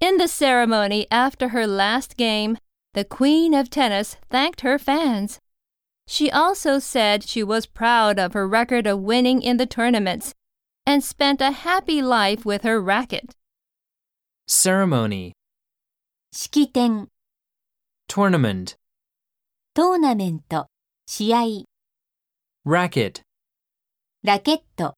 In the ceremony after her last game, the Queen of Tennis thanked her fans. She also said she was proud of her record of winning in the tournaments and spent a happy life with her racket. ceremony, 式典、 tournament, トーナメント、試合、 racket. ラケット。